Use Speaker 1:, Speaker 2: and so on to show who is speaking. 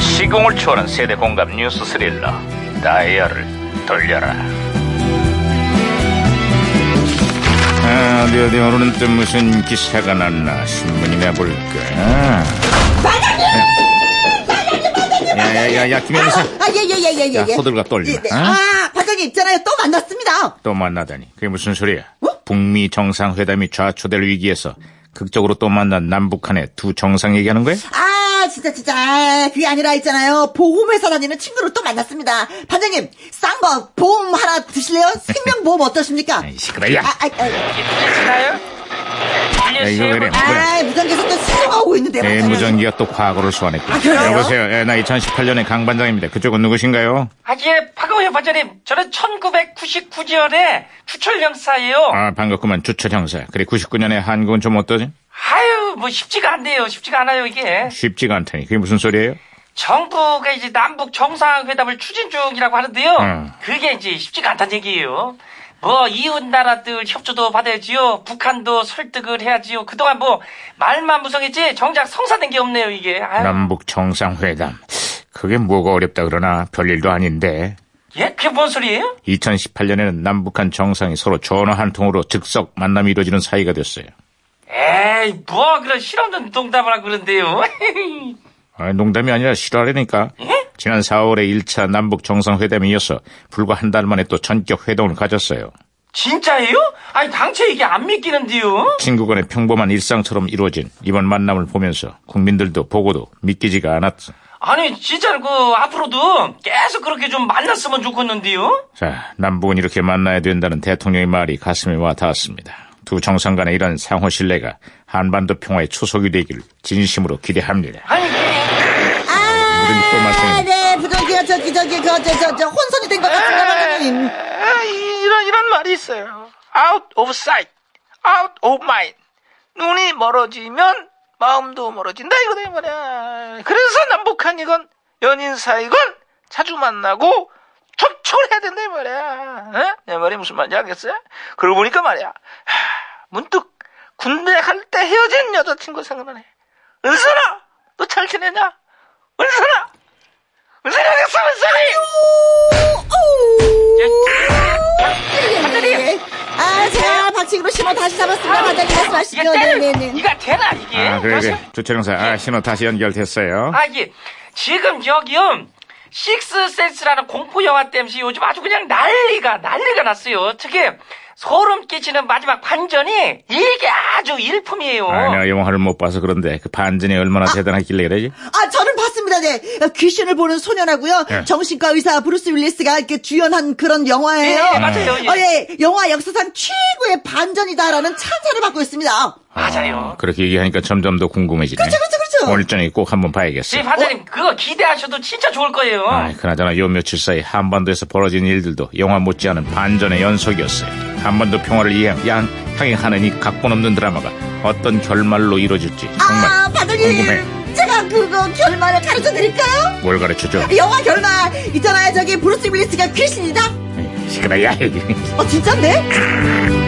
Speaker 1: 시공을 초월한 세대 공감 뉴스 스릴러 다이얼을 돌려라 아, 어디 어디 오늘은 또 무슨 기사가 났나 신문이나 볼까 반장님! 야야야야 김영사
Speaker 2: 아, 예, 예, 예, 예,
Speaker 1: 야,
Speaker 2: 예.
Speaker 1: 서둘러 떨려.
Speaker 2: 예, 네.
Speaker 1: 어?
Speaker 2: 아, 반장님 있잖아요. 또 만났습니다.
Speaker 1: 또 만나다니 그게 무슨 소리야
Speaker 2: 어?
Speaker 1: 북미 정상회담이 좌초될 위기에서 극적으로 또 만난 남북한의 두 정상 얘기하는 거야?
Speaker 2: 아, 진짜, 진짜. 아, 그게 아니라 있잖아요. 보험회사 다니는 친구를 또 만났습니다. 반장님, 싼 거, 보험 하나 드실래요? 생명보험 어떠십니까?
Speaker 1: 아이, 시끄러워, 야.
Speaker 2: 아, 아, 아,
Speaker 3: 되시나요?
Speaker 1: 야, 네, 이거 왜 이래?
Speaker 2: 아, 무전기에서 또 수정하고 있는데.
Speaker 1: 예,
Speaker 2: 반장님.
Speaker 1: 무전기가 또 과거를 소환했군.
Speaker 2: 아, 그래요?
Speaker 1: 여보세요. 예, 나 2018년의 강 반장입니다. 그쪽은 누구신가요?
Speaker 3: 아, 예, 박가호요 반장님. 저는 1999년에 추철 형사예요.
Speaker 1: 아, 반갑구만. 주철 형사. 그래, 99년에 한국은 좀 어떠지?
Speaker 3: 아유, 뭐 쉽지가 않네요. 쉽지가 않아요, 이게.
Speaker 1: 쉽지가 않다니. 그게 무슨 소리예요?
Speaker 3: 정부가 이제 남북 정상회담을 추진 중이라고 하는데요.
Speaker 1: 음.
Speaker 3: 그게 이제 쉽지가 않다는 얘기예요. 뭐 이웃 나라들 협조도 받아야지요. 북한도 설득을 해야지요. 그동안 뭐 말만 무성했지 정작 성사된 게 없네요, 이게. 아유,
Speaker 1: 남북 정상회담. 그게 뭐가 어렵다 그러나 별일도 아닌데.
Speaker 3: 예? 그게 뭔 소리예요?
Speaker 1: 2018년에는 남북한 정상이 서로 전화 한 통으로 즉석 만남이 이루어지는 사이가 됐어요.
Speaker 3: 에이, 뭐 그런 실없는 농담을 하고 그런데요.
Speaker 1: 아, 농담이 아니라 실화라니까.
Speaker 2: 예?
Speaker 1: 지난 4월에 1차 남북 정상회담에 이어서 불과 한 달 만에 또 전격 회동을 가졌어요.
Speaker 3: 진짜예요? 아니 당최 이게 안 믿기는데요.
Speaker 1: 친구 간의 평범한 일상처럼 이루어진 이번 만남을 보면서 국민들도 보고도 믿기지가 않았어.
Speaker 3: 아니 진짜 그 앞으로도 계속 그렇게 좀 만났으면 좋겠는데요.
Speaker 1: 자, 남북은 이렇게 만나야 된다는 대통령의 말이 가슴에 와 닿았습니다. 두 정상 간의 이런 상호 신뢰가 한반도 평화의 초석이 되길 진심으로 기대합니다.
Speaker 3: 아니 이게
Speaker 1: 무슨 또
Speaker 2: 아,
Speaker 1: 말씀?
Speaker 2: 네, 무전기가 저기, 저기, 저, 저, 저, 저 혼선이 된 것 같습니다, 반장님.
Speaker 4: 아, 이- 이런 이런 말이 있어요. Out of sight, out of mind. 눈이 멀어지면 마음도 멀어진다 이거다 이 말이야. 그래서 남북한이건 연인 사이건 자주 만나고 접촉을 해야 된다 이 말이야. 어? 내 말이 무슨 말인지 알겠어요? 그러고 보니까 말이야. 하, 문득 군대 갈 때 헤어진 여자친구 생각나네. 은선아, 너 잘 지내냐? 은선아, 은선이 어딨어, 은선이?
Speaker 1: 예.
Speaker 2: 반장님! 예, 아, 제가 박치기로 신호 다시 잡았습니다. 반장님
Speaker 3: 이게
Speaker 2: 말씀하시죠. 네, 네,
Speaker 3: 때는
Speaker 2: 네.
Speaker 3: 이가 되나 이게?
Speaker 1: 아, 그래,
Speaker 3: 벌써?
Speaker 1: 그래. 주최령사, 아, 신호 다시 연결됐어요.
Speaker 3: 아 이게 지금 여기요. 식스센스라는 공포 영화 때문에 요즘 아주 그냥 난리가 난리가 났어요. 특히 소름 끼치는 마지막 반전이 이게 아주 일품이에요.
Speaker 1: 아, 내가 영화를 못 봐서 그런데 그 반전이 얼마나 대단하길래 그러지?
Speaker 2: 아, 저는 봤습니다. 네. 귀신을 보는 소년하고요.
Speaker 1: 예.
Speaker 2: 정신과 의사 브루스 윌리스가 이렇게 주연한 그런 영화예요.
Speaker 3: 예, 예, 맞아요, 예.
Speaker 2: 어, 예. 영화 역사상 최고의 반전이다라는 찬사를 받고 있습니다.
Speaker 3: 맞아요.
Speaker 1: 아, 그렇게 얘기하니까 점점 더 궁금해지네.
Speaker 2: 그렇죠, 그렇죠, 그렇죠.
Speaker 1: 오늘 저녁에 꼭 한번 봐야겠어.
Speaker 3: 지금 반장님 네, 그거 기대하셔도 진짜 좋을 거예요.
Speaker 1: 아, 그나저나 요 며칠 사이 한반도에서 벌어진 일들도 영화 못지않은 반전의 연속이었어요. 한반도 평화를 이행, 양, 향해하는 이 각본 없는 드라마가 어떤 결말로 이루어질지 정말
Speaker 2: 아, 반장님.
Speaker 1: 궁금해.
Speaker 2: 제가 그거 결말을 가르쳐 드릴까요?
Speaker 1: 뭘 가르쳐줘?
Speaker 2: 영화 결말. 있잖아요. 저기 브루스 윌리스가 귀신이다?
Speaker 1: 시끄러야.
Speaker 2: 어, 진짠데?